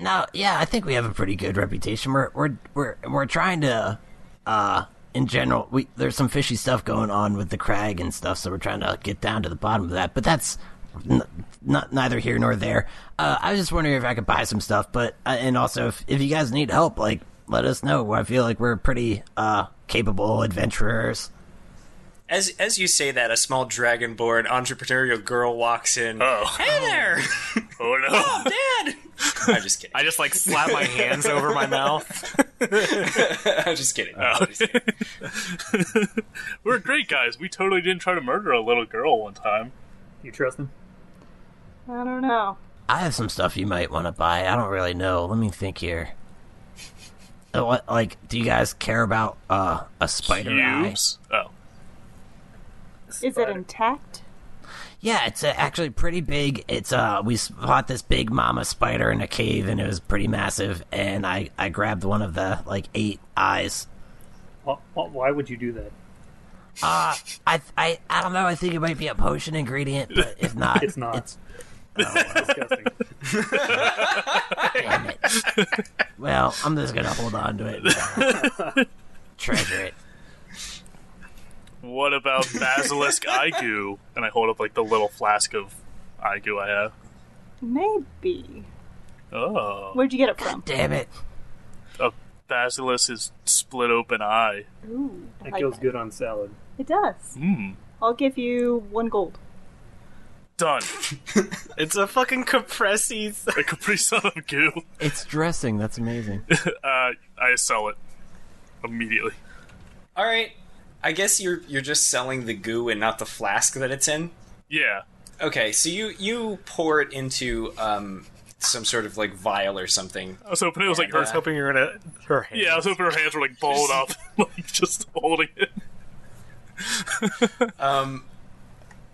[SPEAKER 3] No, yeah, I think we have a pretty good reputation. We're we're we're we're trying to, uh, in general, we there's some fishy stuff going on with the crag and stuff, so we're trying to get down to the bottom of that. But that's n- not neither here nor there. Uh, I was just wondering if I could buy some stuff, but uh, and also if if you guys need help, like let us know. I feel like we're pretty uh capable adventurers.
[SPEAKER 1] As as you say that, a small dragonborn entrepreneurial girl walks in.
[SPEAKER 4] Oh,
[SPEAKER 1] Hey there,
[SPEAKER 4] oh no!
[SPEAKER 1] Dad! I'm just kidding.
[SPEAKER 2] I just like slap my hands over my mouth.
[SPEAKER 1] I'm just kidding. I'm just kidding.
[SPEAKER 4] We're great guys. We totally didn't try to murder a little girl one time.
[SPEAKER 6] You trust them?
[SPEAKER 7] I don't know.
[SPEAKER 3] I have some stuff you might want to buy. I don't really know. Let me think here. Uh, What, like, do you guys care about uh, a spider eye?
[SPEAKER 4] Oops. Oh,
[SPEAKER 7] Is it intact?
[SPEAKER 3] Yeah, it's uh, actually pretty big. It's uh, we spot this big mama spider in a cave, and it was pretty massive. And I I grabbed one of the like eight eyes.
[SPEAKER 6] Why, why would you do that?
[SPEAKER 3] Uh, I I I don't know. I think it might be a potion ingredient, but if not,
[SPEAKER 6] It's not.
[SPEAKER 3] It's
[SPEAKER 6] Disgusting.
[SPEAKER 3] damn it. well, I'm just gonna hold on to it, uh, treasure it.
[SPEAKER 4] what about basilisk eye goo? And I hold up like the little flask of eye goo I have.
[SPEAKER 7] Maybe.
[SPEAKER 4] Oh,
[SPEAKER 7] Where'd you get it from?
[SPEAKER 3] Damn it.
[SPEAKER 4] a basilisk is split open eye.
[SPEAKER 7] Ooh, I
[SPEAKER 6] That
[SPEAKER 7] like
[SPEAKER 6] goes
[SPEAKER 7] that.
[SPEAKER 6] good on salad.
[SPEAKER 7] It does.
[SPEAKER 2] Hmm.
[SPEAKER 4] Mm.
[SPEAKER 7] I'll give you one gold.
[SPEAKER 4] Done.
[SPEAKER 2] It's a fucking capressis.
[SPEAKER 4] A Capri Sun of goo.
[SPEAKER 5] It's dressing. That's amazing.
[SPEAKER 4] Uh, I sell it immediately.
[SPEAKER 1] All right. I guess you're you're just selling the goo and not the flask that it's in.
[SPEAKER 4] Yeah.
[SPEAKER 1] Okay, so you you pour it into um, some sort of like vial or something.
[SPEAKER 4] I was hoping it was like
[SPEAKER 1] I
[SPEAKER 4] her.
[SPEAKER 1] was
[SPEAKER 2] hoping you're gonna. Her hand.
[SPEAKER 4] Yeah, I was hoping her hands were like balled up, like just holding it.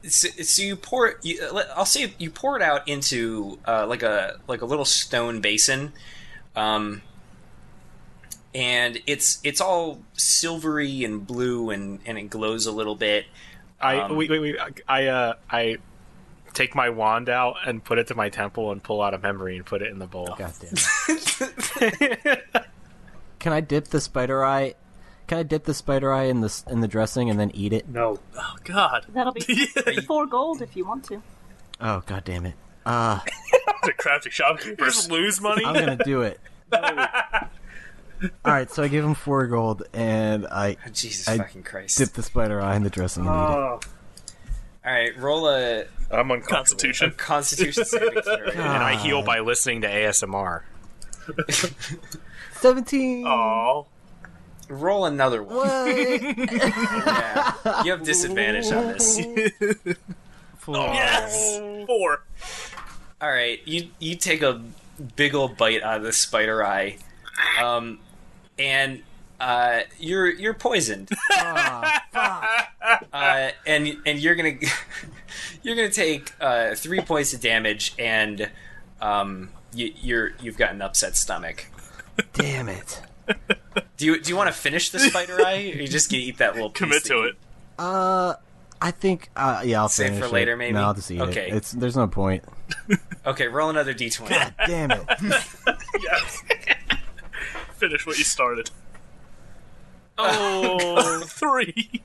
[SPEAKER 1] So, so you pour it. You, uh, I'll say you pour it out into uh, like a like a little stone basin, um, and it's it's all silvery and blue and and it glows a little bit.
[SPEAKER 2] I
[SPEAKER 1] Um,
[SPEAKER 2] wait, wait, wait. I uh, I take my wand out and put it to my temple and pull out a memory and put it in the bowl.
[SPEAKER 5] God damn it. Can I dip the spider eye? Can I dip the spider eye in the s- in the dressing and then eat it?
[SPEAKER 6] No.
[SPEAKER 4] Oh God.
[SPEAKER 7] That'll be four gold if you want to.
[SPEAKER 5] Oh god damn it! Uh,
[SPEAKER 4] The crafty shopkeeper.
[SPEAKER 2] Just lose money.
[SPEAKER 5] I'm gonna do it. All right, so I give him four gold and I
[SPEAKER 1] Oh, Jesus
[SPEAKER 5] I
[SPEAKER 1] fucking Christ!
[SPEAKER 5] dip the spider eye in the dressing and eat it.
[SPEAKER 6] Oh,
[SPEAKER 1] All right, roll a,
[SPEAKER 2] I'm uncomfortable.
[SPEAKER 1] a
[SPEAKER 4] Constitution.
[SPEAKER 1] Constitution saving throw.
[SPEAKER 2] And I heal by listening to ASMR.
[SPEAKER 1] Oh.
[SPEAKER 5] Seventeen.
[SPEAKER 4] Aw.
[SPEAKER 1] roll another one.
[SPEAKER 5] What?
[SPEAKER 1] Yeah. You have disadvantage on this.
[SPEAKER 4] Yes! Four.
[SPEAKER 1] All right, you you take a big old bite out of this spider eye, um, and uh, you're you're poisoned. Uh, and and you're gonna you're gonna take uh, three points of damage, and um, you, you're you've got an upset stomach.
[SPEAKER 5] Damn it.
[SPEAKER 1] Do you do you want to finish the spider eye? Or you just gonna eat that little piece
[SPEAKER 4] Commit
[SPEAKER 1] that
[SPEAKER 4] to
[SPEAKER 1] you-
[SPEAKER 4] it.
[SPEAKER 5] Uh, I think. Uh, yeah, I'll
[SPEAKER 1] Save
[SPEAKER 5] finish
[SPEAKER 1] for later,
[SPEAKER 5] it.
[SPEAKER 1] maybe?
[SPEAKER 5] No, I'll just eat
[SPEAKER 1] Okay.
[SPEAKER 5] it. It's there's no point.
[SPEAKER 1] Okay, roll another d twenty.
[SPEAKER 5] Damn it.
[SPEAKER 4] Yes. Finish what you started.
[SPEAKER 1] Oh,
[SPEAKER 4] Three.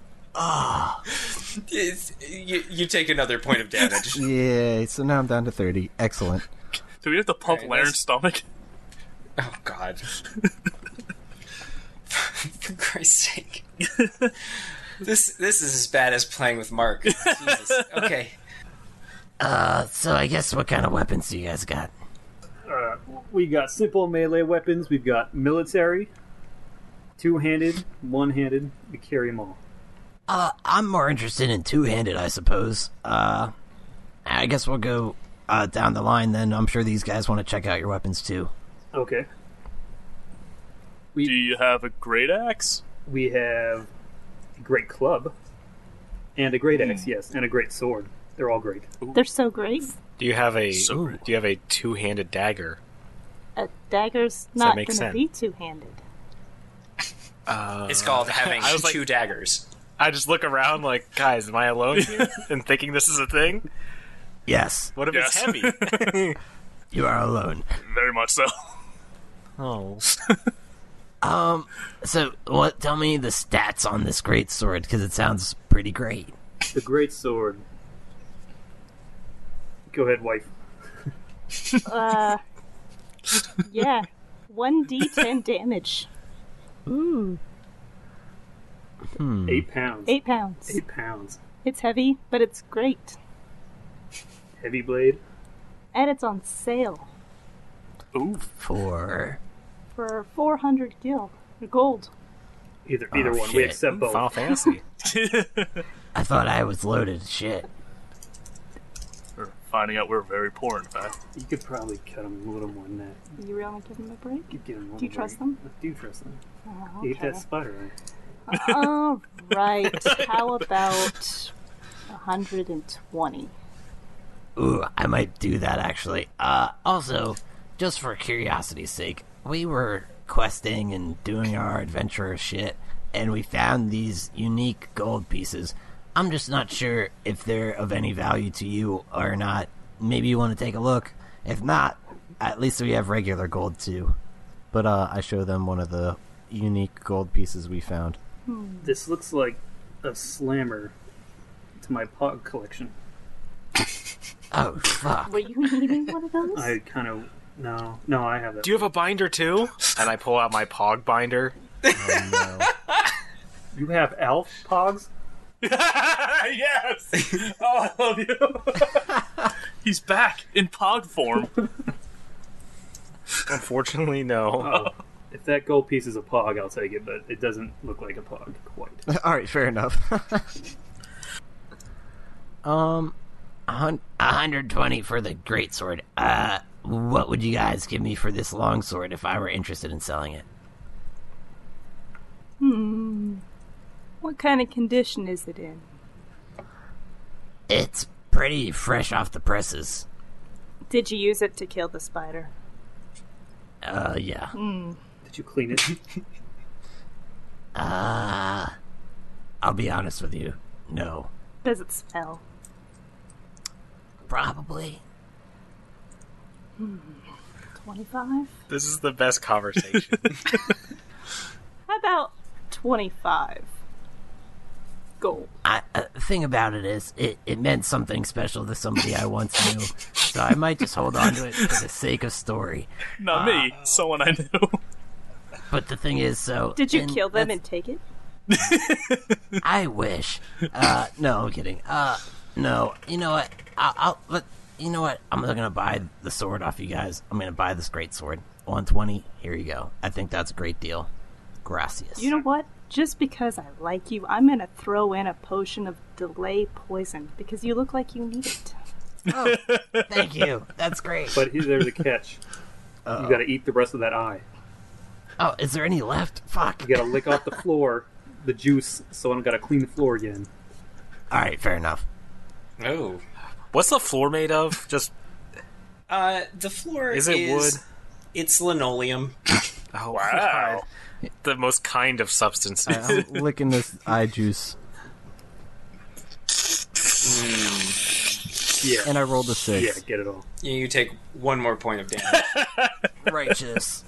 [SPEAKER 1] it's, you, you take another point of damage.
[SPEAKER 5] Yay! So now I'm down to thirty. Excellent.
[SPEAKER 4] Do we have to pump
[SPEAKER 1] Alright,
[SPEAKER 4] Laren's
[SPEAKER 1] let's-
[SPEAKER 4] stomach?
[SPEAKER 1] Oh God! For Christ's sake! this this is as bad as playing with Mark. Jesus. Okay.
[SPEAKER 3] Uh, so I guess what kind of weapons do you guys got?
[SPEAKER 6] We got simple melee weapons. We've got military, two-handed, one-handed. We carry them all.
[SPEAKER 3] Uh, I'm more interested in two-handed, I suppose. Uh, I guess we'll go uh, down the line then. I'm sure these guys want to check out your weapons too.
[SPEAKER 6] Okay.
[SPEAKER 4] Do you have a great axe?
[SPEAKER 6] We have a great club and a great axe, yes, and a great sword. They're all great.
[SPEAKER 7] They're so great.
[SPEAKER 2] Do you have a
[SPEAKER 4] So
[SPEAKER 2] ooh,
[SPEAKER 4] great.
[SPEAKER 2] Do you have a two-handed dagger?
[SPEAKER 7] A dagger's
[SPEAKER 2] that
[SPEAKER 7] not
[SPEAKER 2] make
[SPEAKER 7] going to
[SPEAKER 2] sense?
[SPEAKER 7] be two-handed.
[SPEAKER 1] It's called having
[SPEAKER 2] Uh, I was like-
[SPEAKER 1] two daggers.
[SPEAKER 2] I just look around like, guys, am I alone here? and thinking this is a thing?
[SPEAKER 3] Yes,
[SPEAKER 2] What if
[SPEAKER 4] Yes.
[SPEAKER 2] it's heavy?
[SPEAKER 3] you are alone.
[SPEAKER 4] Very much so.
[SPEAKER 2] oh,
[SPEAKER 3] Um, so what? Tell me the stats on this great sword because it sounds pretty great.
[SPEAKER 6] The great sword. Go ahead, wife.
[SPEAKER 7] Uh, yeah. 1d10 damage. Ooh,
[SPEAKER 6] Eight pounds.
[SPEAKER 7] 8 pounds.
[SPEAKER 6] Eight pounds.
[SPEAKER 7] It's heavy, but it's great.
[SPEAKER 6] Heavy blade.
[SPEAKER 7] And it's on sale
[SPEAKER 4] Ooh.
[SPEAKER 3] For
[SPEAKER 7] for 400 gil. Gold.
[SPEAKER 6] Either either one. We
[SPEAKER 3] shit.
[SPEAKER 6] accept both.
[SPEAKER 2] Final Fantasy.
[SPEAKER 3] I thought I was loaded. Shit.
[SPEAKER 4] We're finding out we're very poor, in fact.
[SPEAKER 6] You could probably cut them a little more than that.
[SPEAKER 7] You really want to give them a break?
[SPEAKER 6] You could give 'em a
[SPEAKER 7] Do you
[SPEAKER 6] little
[SPEAKER 7] trust
[SPEAKER 6] more.
[SPEAKER 7] them?
[SPEAKER 6] I do trust them.
[SPEAKER 7] Oh,
[SPEAKER 6] Eat that
[SPEAKER 7] okay.
[SPEAKER 6] spider. eye.
[SPEAKER 7] All right. How about 120?
[SPEAKER 3] Ooh, I might do that actually. Uh, also, just for curiosity's sake, we were questing and doing our adventurer shit, and we found these unique gold pieces. I'm just not sure if they're of any value to you or not. Maybe you want to take a look. If not, at least we have regular gold too.
[SPEAKER 5] But uh, I show them one of the unique gold pieces we found.
[SPEAKER 6] This looks like a slammer to my pog collection.
[SPEAKER 3] Oh fuck!
[SPEAKER 7] Were you needing one of those?
[SPEAKER 6] I kind of no, no. I have that.
[SPEAKER 2] Do you have a binder too? And I pull out my Pog binder.
[SPEAKER 6] You have elf pogs?
[SPEAKER 4] yes! Oh, I love you. He's back in pog form.
[SPEAKER 2] Unfortunately, no.
[SPEAKER 6] Oh. if that gold piece is a pog, I'll take it, but it doesn't look like a pog quite.
[SPEAKER 5] All right, fair enough. um,
[SPEAKER 3] A hun- a 120 for the greatsword. Uh, what would you guys give me for this longsword if I were interested in selling it?
[SPEAKER 7] What kind of condition is it in?
[SPEAKER 3] It's pretty fresh off the presses.
[SPEAKER 7] Did you use it to kill the spider?
[SPEAKER 3] Uh, yeah.
[SPEAKER 6] Did you clean it?
[SPEAKER 3] Uh, I'll be honest with you. No.
[SPEAKER 7] Does it smell?
[SPEAKER 3] Probably.
[SPEAKER 7] 25?
[SPEAKER 2] This is the best conversation.
[SPEAKER 7] How about 25? Gold.
[SPEAKER 3] I, uh, the thing about it is, it, it meant something special to somebody I once knew, so I might just hold on to it for the sake of story.
[SPEAKER 4] Not me, someone I knew.
[SPEAKER 3] But the thing is, so.
[SPEAKER 7] Did you
[SPEAKER 3] in-
[SPEAKER 7] kill them
[SPEAKER 3] that's-
[SPEAKER 7] and take it?
[SPEAKER 3] I wish. Uh, no, I'm kidding. Uh, no. You know what? I'll, I'll let. You know what? I'm gonna buy the sword off you guys. I'm gonna buy this great sword. 120. Here you go. I think that's a great deal.
[SPEAKER 5] Gracias.
[SPEAKER 7] You know what? Just because I like you, I'm gonna throw in a potion of delay poison because you look like you need it.
[SPEAKER 3] Oh, thank you. That's great.
[SPEAKER 6] But he- there's a catch. You got to eat the rest of that eye.
[SPEAKER 3] Oh, is there any left? Fuck.
[SPEAKER 6] You got to lick off the floor, the juice, so I don't got to clean the floor again.
[SPEAKER 3] All right, fair enough.
[SPEAKER 1] Oh.
[SPEAKER 2] What's the floor made of? Just
[SPEAKER 1] Uh, the floor
[SPEAKER 2] Is it wood?
[SPEAKER 1] It's linoleum.
[SPEAKER 2] oh
[SPEAKER 4] Wow.
[SPEAKER 2] God. the most kind of substance.
[SPEAKER 5] I'm licking this eye juice,
[SPEAKER 1] Mm.
[SPEAKER 6] Yeah.
[SPEAKER 5] and I rolled a
[SPEAKER 6] yeah,
[SPEAKER 5] six.
[SPEAKER 6] get it all.
[SPEAKER 1] You, you take one more point of damage.
[SPEAKER 3] Righteous.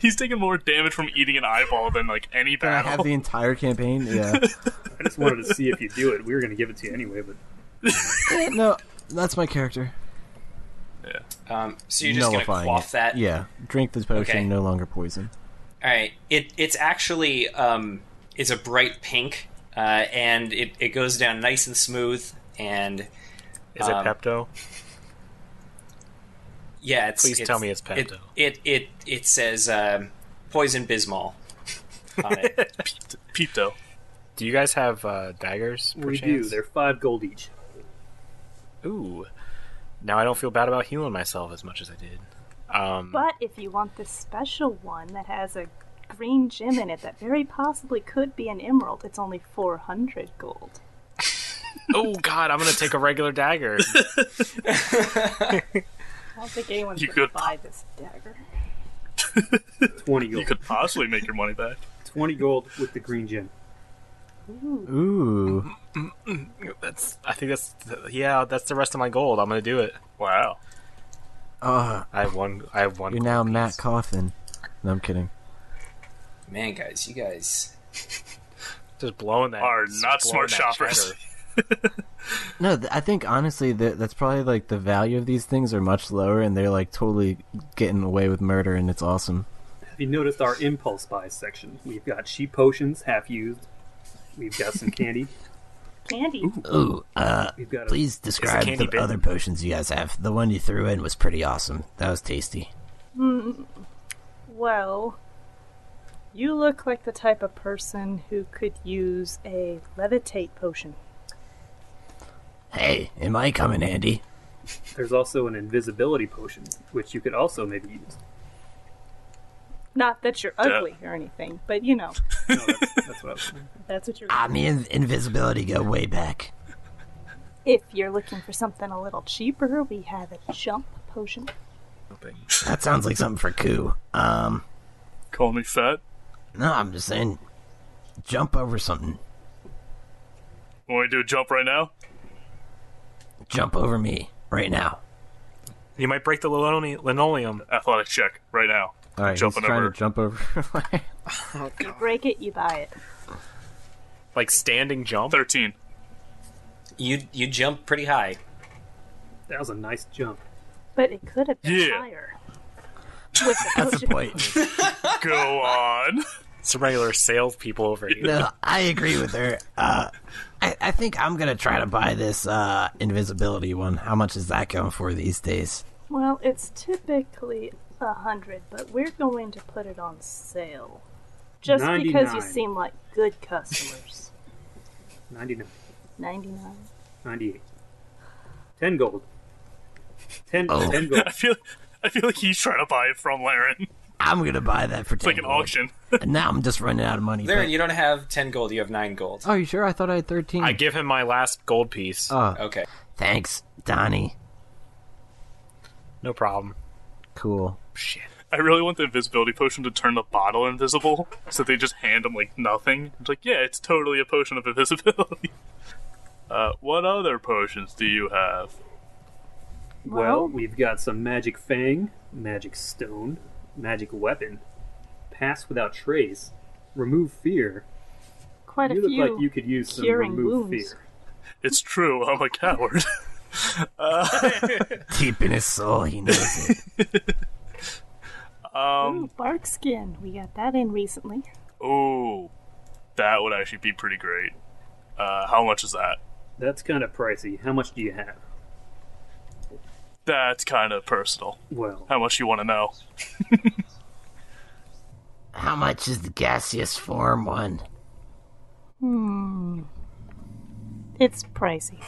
[SPEAKER 4] He's taking more damage from eating an eyeball than like any
[SPEAKER 5] Can I
[SPEAKER 4] battle.
[SPEAKER 5] have the entire campaign? Yeah.
[SPEAKER 6] I just wanted to see if you do it. We were going to give it to you anyway, but
[SPEAKER 5] no, that's my character.
[SPEAKER 1] Um, so you're just gonna
[SPEAKER 5] Nullifying
[SPEAKER 1] quaff
[SPEAKER 5] it.
[SPEAKER 1] that.
[SPEAKER 5] Yeah. Drink this potion,
[SPEAKER 1] Okay.
[SPEAKER 5] no longer poison.
[SPEAKER 1] All right. It it's actually um, it's a bright pink, uh, and it, it goes down nice and smooth. And
[SPEAKER 2] Is
[SPEAKER 1] Um,
[SPEAKER 2] it Pepto?
[SPEAKER 1] yeah, it's,
[SPEAKER 2] Please
[SPEAKER 1] it's-
[SPEAKER 2] tell me it's
[SPEAKER 1] It
[SPEAKER 2] Pepto.
[SPEAKER 1] it it, it says um, poison Bismol on it.
[SPEAKER 4] Pito.
[SPEAKER 2] Do you guys have uh, daggers?
[SPEAKER 6] we
[SPEAKER 2] perchance?
[SPEAKER 6] do. They're five gold each.
[SPEAKER 2] Ooh. Now I don't feel bad about healing myself as much as I did. Um,
[SPEAKER 7] But if you want the special one that has a green gem in it that very possibly could be an emerald, it's only 400 gold.
[SPEAKER 2] oh God, I'm gonna take a regular dagger.
[SPEAKER 7] I don't think anyone's
[SPEAKER 4] You
[SPEAKER 7] gonna
[SPEAKER 4] could-
[SPEAKER 7] buy this dagger.
[SPEAKER 6] 20
[SPEAKER 4] You
[SPEAKER 6] gold.
[SPEAKER 4] could possibly make your money back.
[SPEAKER 6] 20 gold with the green gem.
[SPEAKER 5] Ooh.
[SPEAKER 2] that's. I think that's. Yeah, that's the rest of my gold. I'm gonna do it.
[SPEAKER 4] Wow.
[SPEAKER 5] Uh,
[SPEAKER 2] I have one. I have one.
[SPEAKER 5] you're
[SPEAKER 2] gold
[SPEAKER 5] now
[SPEAKER 2] piece.
[SPEAKER 5] Matt Coffin. No, I'm kidding.
[SPEAKER 1] Man, guys, you guys.
[SPEAKER 2] Just blowing that.
[SPEAKER 4] Are
[SPEAKER 2] just
[SPEAKER 4] not
[SPEAKER 2] blowing
[SPEAKER 4] smart
[SPEAKER 2] that
[SPEAKER 4] shoppers.
[SPEAKER 2] cheddar.
[SPEAKER 5] No, th- I think honestly that that's probably like the value of these things are much lower, and they're like totally getting away with murder, and it's awesome.
[SPEAKER 6] If you noticed our impulse buy section, we've got cheap potions, half used. We've got some candy.
[SPEAKER 7] Candy.
[SPEAKER 3] Ooh, uh,
[SPEAKER 6] We've got a,
[SPEAKER 3] please describe
[SPEAKER 2] candy
[SPEAKER 3] the
[SPEAKER 2] bitten?
[SPEAKER 3] other potions you guys have. The one you threw in was pretty awesome. That was tasty.
[SPEAKER 7] Well, you look like the type of person who could use a levitate potion.
[SPEAKER 3] Hey, it might come in handy.
[SPEAKER 6] There's also an invisibility potion, which you could also maybe use.
[SPEAKER 7] Not that you're ugly or anything, but you know,
[SPEAKER 6] No, that's, that's what I was Ah.
[SPEAKER 7] that's what you're.
[SPEAKER 3] I mean, invisibility go way back.
[SPEAKER 7] If you're looking for something a little cheaper, we have a jump potion.
[SPEAKER 3] That sounds like something for coup. Um,
[SPEAKER 4] Call me fat.
[SPEAKER 3] no, I'm just saying, jump over something.
[SPEAKER 4] Want me to do a jump right now?
[SPEAKER 3] Jump over me right now.
[SPEAKER 2] You might break the linole- linoleum.
[SPEAKER 4] Athletic check right now.
[SPEAKER 5] All right,
[SPEAKER 4] Jumping
[SPEAKER 5] he's trying
[SPEAKER 4] over.
[SPEAKER 5] to jump over.
[SPEAKER 7] You break it, you buy it.
[SPEAKER 2] Like standing jump.
[SPEAKER 4] Thirteen.
[SPEAKER 1] You you jump pretty high.
[SPEAKER 6] That was a nice jump.
[SPEAKER 7] But it could have been
[SPEAKER 4] Yeah.
[SPEAKER 7] higher. With the
[SPEAKER 3] That's the
[SPEAKER 7] potion.
[SPEAKER 3] point.
[SPEAKER 4] Go on.
[SPEAKER 2] It's regular salespeople over here.
[SPEAKER 3] No, uh, I agree with her. Uh, I, I think I'm gonna try to buy this uh, invisibility one. How much is that going for these days?
[SPEAKER 7] Well, it's typically a hundred, but we're going to put it on sale. Just because
[SPEAKER 6] 99.
[SPEAKER 7] you seem like good customers.
[SPEAKER 6] 99,
[SPEAKER 7] 99.
[SPEAKER 6] 98. 10 gold. 10,
[SPEAKER 3] Oh.
[SPEAKER 6] 10 gold.
[SPEAKER 4] I feel. I feel like he's trying to buy it from Laren.
[SPEAKER 3] I'm gonna buy that for
[SPEAKER 4] It's
[SPEAKER 5] Oh,
[SPEAKER 4] like an auction.
[SPEAKER 3] And now I'm just running out of money.
[SPEAKER 1] There,
[SPEAKER 3] but-
[SPEAKER 1] you don't have ten gold. You have nine gold.
[SPEAKER 5] Are Oh, you sure? I thought I had thirteen.
[SPEAKER 2] I give him my last gold piece.
[SPEAKER 5] oh,
[SPEAKER 1] Okay.
[SPEAKER 3] Thanks, Donnie.
[SPEAKER 2] no problem.
[SPEAKER 5] cool.
[SPEAKER 4] I really want the invisibility potion to turn the bottle invisible, so they just hand him like nothing. It's like, yeah, it's totally a potion of invisibility. Uh, what other potions do you have?
[SPEAKER 6] Well, we've got some magic fang, magic stone, magic weapon, pass without trace, remove fear.
[SPEAKER 7] Quite a
[SPEAKER 6] You
[SPEAKER 7] few.
[SPEAKER 6] look like you could use some
[SPEAKER 7] curing
[SPEAKER 6] remove
[SPEAKER 7] wounds.
[SPEAKER 6] fear.
[SPEAKER 4] It's true, I'm a coward.
[SPEAKER 3] Deep in his soul, he knows it.
[SPEAKER 7] Ooh, bark skin. We got that in recently.
[SPEAKER 4] Ooh, that would actually be pretty great. Uh, how much is that?
[SPEAKER 6] That's kind of pricey. How much do you have?
[SPEAKER 4] That's kind of personal.
[SPEAKER 6] Well,
[SPEAKER 4] How much you want to know?
[SPEAKER 3] How much is the gaseous form one?
[SPEAKER 7] Hmm. It's pricey.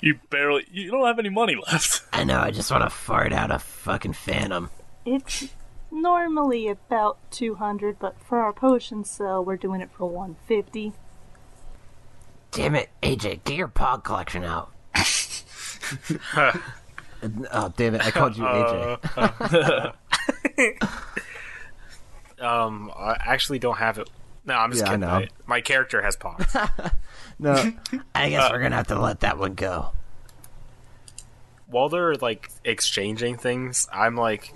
[SPEAKER 4] You barely. You don't have any money left.
[SPEAKER 3] I know, I just want to fart out a fucking phantom.
[SPEAKER 7] It's normally about 200, but for our potion sale, we're doing it for 150.
[SPEAKER 3] Damn it, AJ, get your pod collection out.
[SPEAKER 5] Oh, damn it! I called you
[SPEAKER 4] Uh,
[SPEAKER 5] AJ.
[SPEAKER 2] Um, I actually don't have it. No, I'm just
[SPEAKER 5] Yeah, I
[SPEAKER 2] kidding.
[SPEAKER 5] know.
[SPEAKER 2] I- my character has pogs.
[SPEAKER 5] No,
[SPEAKER 3] I guess we're gonna have to let that one go.
[SPEAKER 2] While they're like exchanging things, I'm like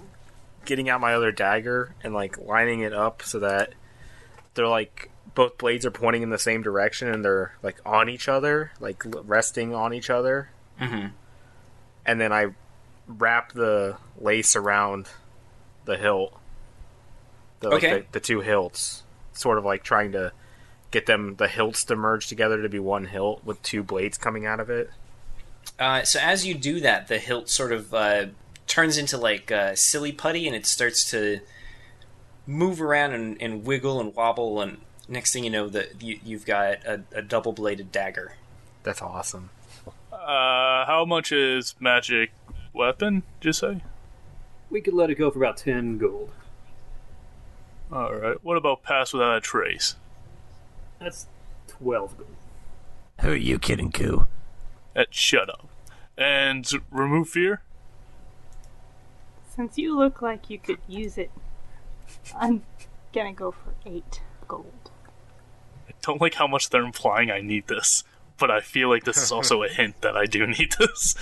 [SPEAKER 2] getting out my other dagger and like lining it up so that they're like both blades are pointing in the same direction and they're like on each other, like l- resting on each other.
[SPEAKER 1] Mhm.
[SPEAKER 2] And then I wrap the lace around the hilt. The, like,
[SPEAKER 1] Okay.
[SPEAKER 2] the, the two hilts, sort of like trying to get them the hilts to merge together to be one hilt with two blades coming out of it.
[SPEAKER 1] Uh, so as you do that, the hilt sort of uh, turns into like uh, silly putty, and it starts to move around and, and wiggle and wobble. And next thing you know, that you, you've got a, a double-bladed dagger.
[SPEAKER 2] That's awesome.
[SPEAKER 4] Uh, how much is magic weapon? Just say.
[SPEAKER 6] We could let it go for about 10 gold.
[SPEAKER 4] All right. What about pass without a trace?
[SPEAKER 6] That's 12 gold.
[SPEAKER 3] Who are you kidding, Goo?
[SPEAKER 4] Uh, shut up. And remove fear.
[SPEAKER 7] Since you look like you could use it, I'm gonna go for 8 gold.
[SPEAKER 4] I don't like how much they're implying I need this, but I feel like this is also a hint that I do need this.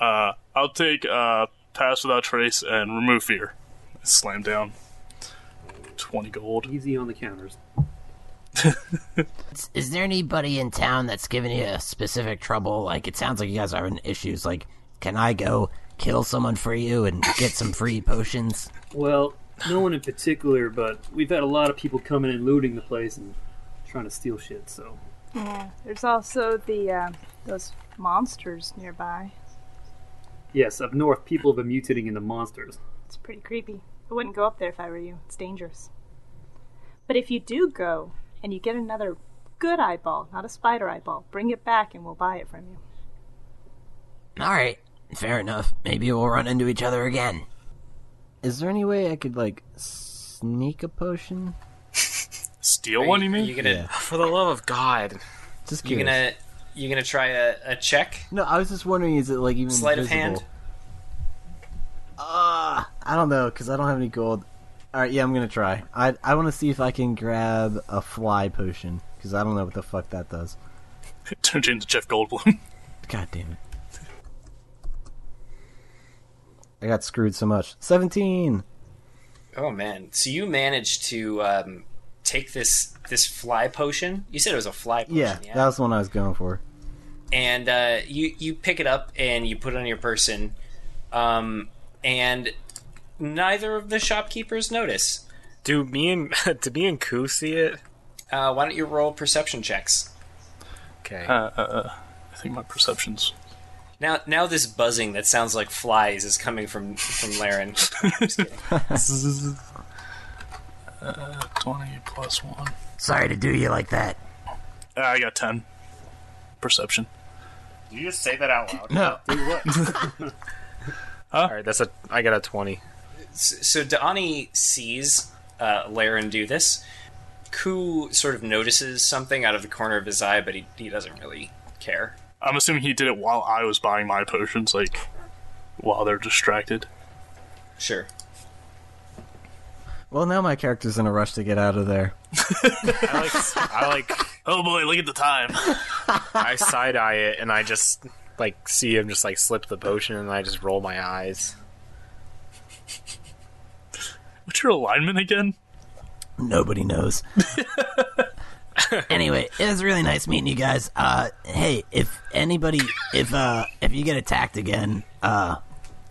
[SPEAKER 4] Uh, I'll take uh, pass without trace and remove fear. Slam down. Twenty gold.
[SPEAKER 6] Easy on the counters.
[SPEAKER 3] Is- Is there anybody in town that's giving you a specific trouble? Like, it sounds like you guys are having issues. Like, can I go kill someone for you and get some free potions?
[SPEAKER 6] Well, no one in particular, but we've had a lot of people coming and looting the place and trying to steal shit, so.
[SPEAKER 7] Yeah, there's also the uh, those monsters nearby.
[SPEAKER 6] Yes, up north, people have been mutating into monsters.
[SPEAKER 7] It's pretty creepy. I wouldn't go up there if I were you. It's dangerous. But if you do go and you get another good eyeball, not a spider eyeball, bring it back and we'll buy it from you.
[SPEAKER 3] Alright, fair enough. Maybe we'll run into each other again.
[SPEAKER 5] is there any way I could like sneak a potion?
[SPEAKER 4] Steal one? You mean?
[SPEAKER 1] You gonna
[SPEAKER 2] For the love of God.
[SPEAKER 5] Just
[SPEAKER 1] you
[SPEAKER 5] curious.
[SPEAKER 1] gonna you gonna try a, a check
[SPEAKER 5] No, I was just wondering, is it like even
[SPEAKER 1] sleight of
[SPEAKER 5] visible? Uh,
[SPEAKER 1] hand?
[SPEAKER 5] I don't know because I don't have any gold. All right, yeah, I'm gonna try. I I want to see if I can grab a fly potion because I don't know what the fuck that does.
[SPEAKER 4] Turned into Jeff Goldblum.
[SPEAKER 5] God damn it! I got screwed so much. Seventeen.
[SPEAKER 1] Oh man! So you managed to um, take this this fly potion. You said it was a fly potion.
[SPEAKER 5] Yeah, that was the one I was going for.
[SPEAKER 1] and uh, you you pick it up and you put it on your person, um, and neither of the shopkeepers notice.
[SPEAKER 2] Do me and do me and Koo see it?
[SPEAKER 1] Uh, why don't you roll perception checks?
[SPEAKER 2] Okay.
[SPEAKER 4] Uh, uh, uh, I think my perceptions.
[SPEAKER 1] Now, now this buzzing that sounds like flies is coming from from Laren.
[SPEAKER 4] Uh, Twenty plus one.
[SPEAKER 3] Sorry to do you like that.
[SPEAKER 4] Uh, I got ten. Perception.
[SPEAKER 2] Did you just say that out loud?
[SPEAKER 3] No.
[SPEAKER 2] All right, that's a. I got a twenty.
[SPEAKER 1] so Dani sees uh, Laren do this. Ku sort of notices something out of the corner of his eye, but he, he doesn't really care.
[SPEAKER 4] I'm assuming he did it while I was buying my potions, like while they're distracted.
[SPEAKER 1] Sure.
[SPEAKER 5] Well, now my character's in a rush to get out of there.
[SPEAKER 2] I like. I like.
[SPEAKER 4] Oh boy, look at the time.
[SPEAKER 2] I side eye it, and I just like see him just like slip the potion, and I just roll my eyes.
[SPEAKER 4] What's your alignment again?
[SPEAKER 3] Nobody knows. anyway, it was really nice meeting you guys. Uh, hey, if anybody, if uh, if you get attacked again, uh,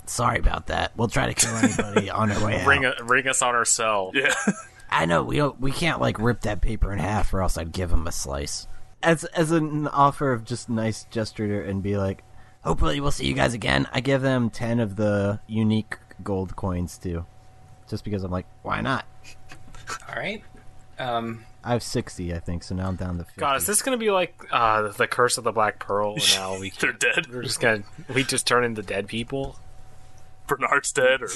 [SPEAKER 3] sorry about that. We'll try to kill anybody on our way
[SPEAKER 2] Ring,
[SPEAKER 3] out.
[SPEAKER 2] a, ring us on ourselves.
[SPEAKER 4] Yeah.
[SPEAKER 3] I know we don't, we can't like rip that paper in half, or else I'd give him a slice.
[SPEAKER 5] As as an offer of just nice gesture and be like,
[SPEAKER 3] Hopefully, we'll see you guys again.
[SPEAKER 5] I give them ten of the unique gold coins too, just because I'm like,
[SPEAKER 3] Why not?
[SPEAKER 1] All right. Um,
[SPEAKER 5] I have 60, I think, so now I'm down to 50.
[SPEAKER 2] God, is this gonna be like uh, the Curse of the Black Pearl? where Now we
[SPEAKER 4] They're dead.
[SPEAKER 2] we're just gonna we just turn into dead people.
[SPEAKER 4] Bernard's dead, or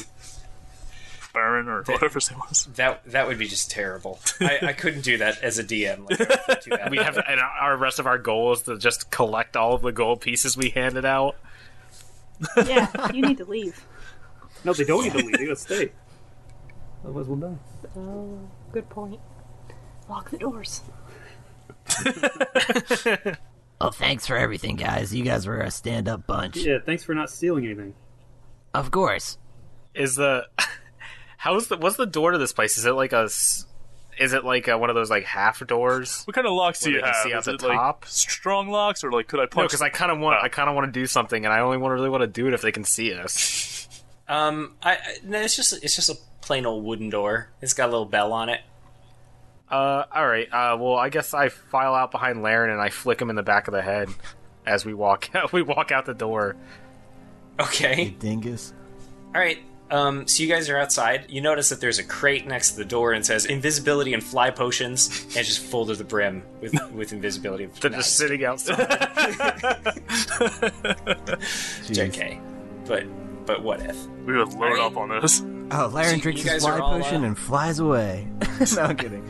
[SPEAKER 4] Baron, or whatever his name was.
[SPEAKER 1] that that would be just terrible. I, I couldn't do that as a DM. Like, I would feel too bad.
[SPEAKER 2] We have and our rest of our goal is to just collect all of the gold pieces we handed out.
[SPEAKER 7] Yeah, you need to leave.
[SPEAKER 6] No, they don't need to leave. They gotta stay. Otherwise, we'll die.
[SPEAKER 7] Oh, good point. Lock the doors.
[SPEAKER 3] Oh, thanks for everything, guys. You guys were a stand-up bunch.
[SPEAKER 6] Yeah, thanks for not stealing anything.
[SPEAKER 3] Of course.
[SPEAKER 2] Is the how's the what's the door to this place? Is it like a s- is it like uh one of those like half doors?
[SPEAKER 4] What kind of locks do
[SPEAKER 2] Where
[SPEAKER 4] you
[SPEAKER 2] they can
[SPEAKER 4] have?
[SPEAKER 2] see out
[SPEAKER 4] Is
[SPEAKER 2] the
[SPEAKER 4] it like
[SPEAKER 2] top?
[SPEAKER 4] strong locks, or like could I
[SPEAKER 2] No,
[SPEAKER 4] punch?
[SPEAKER 2] because I kind of want I kind of want to do something, and I only want to really want to do it if they can see us.
[SPEAKER 1] Um, I, I no, it's just it's just a plain old wooden door. It's got a little bell on it.
[SPEAKER 2] Uh, all right. Uh, well, I guess I file out behind Laren and I flick him in the back of the head as we walk out. We walk out the door.
[SPEAKER 1] Okay.
[SPEAKER 5] Dingus.
[SPEAKER 1] All right. Um, so you guys are outside. You notice that there's a crate next to the door and says invisibility and fly potions, and it's just full to the brim with with invisibility. and
[SPEAKER 2] They're
[SPEAKER 1] fly.
[SPEAKER 2] just sitting outside.
[SPEAKER 5] Jeez.
[SPEAKER 1] JK. But but what if?
[SPEAKER 4] we would load
[SPEAKER 1] Right.
[SPEAKER 4] up on this.
[SPEAKER 5] Oh, Laren
[SPEAKER 1] you
[SPEAKER 5] drinks
[SPEAKER 1] guys
[SPEAKER 5] his
[SPEAKER 1] are
[SPEAKER 5] fly
[SPEAKER 1] all, uh,
[SPEAKER 5] potion and flies away. no, I'm kidding.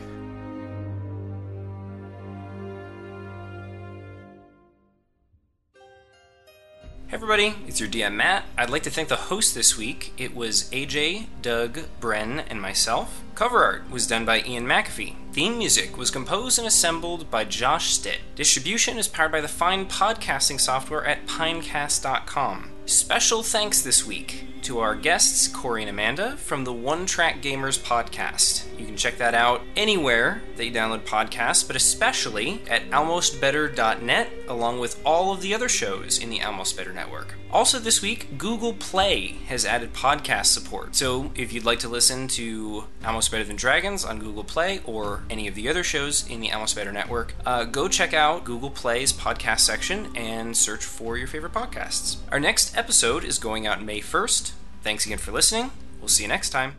[SPEAKER 1] Hey everybody, it's your DM Matt. I'd like to thank the host this week. It was AJ, Doug, Bren, and myself. Cover art was done by Ian McAfee. Theme music was composed and assembled by Josh Stitt. Distribution is powered by the fine podcasting software at pinecast.com. Special thanks this week to our guests, Corey and Amanda, from the One Track Gamers podcast. You can check that out anywhere that you download podcasts, but especially at almostbetter.net, along with all of the other shows in the Almost Better network. Also, this week, Google Play has added podcast support. So if you'd like to listen to Almost Better Than Dragons on Google Play or any of the other shows in the Almost Better network, uh, go check out Google Play's podcast section and search for your favorite podcasts. Our next episode is going out May 1st. Thanks again for listening. We'll see you next time.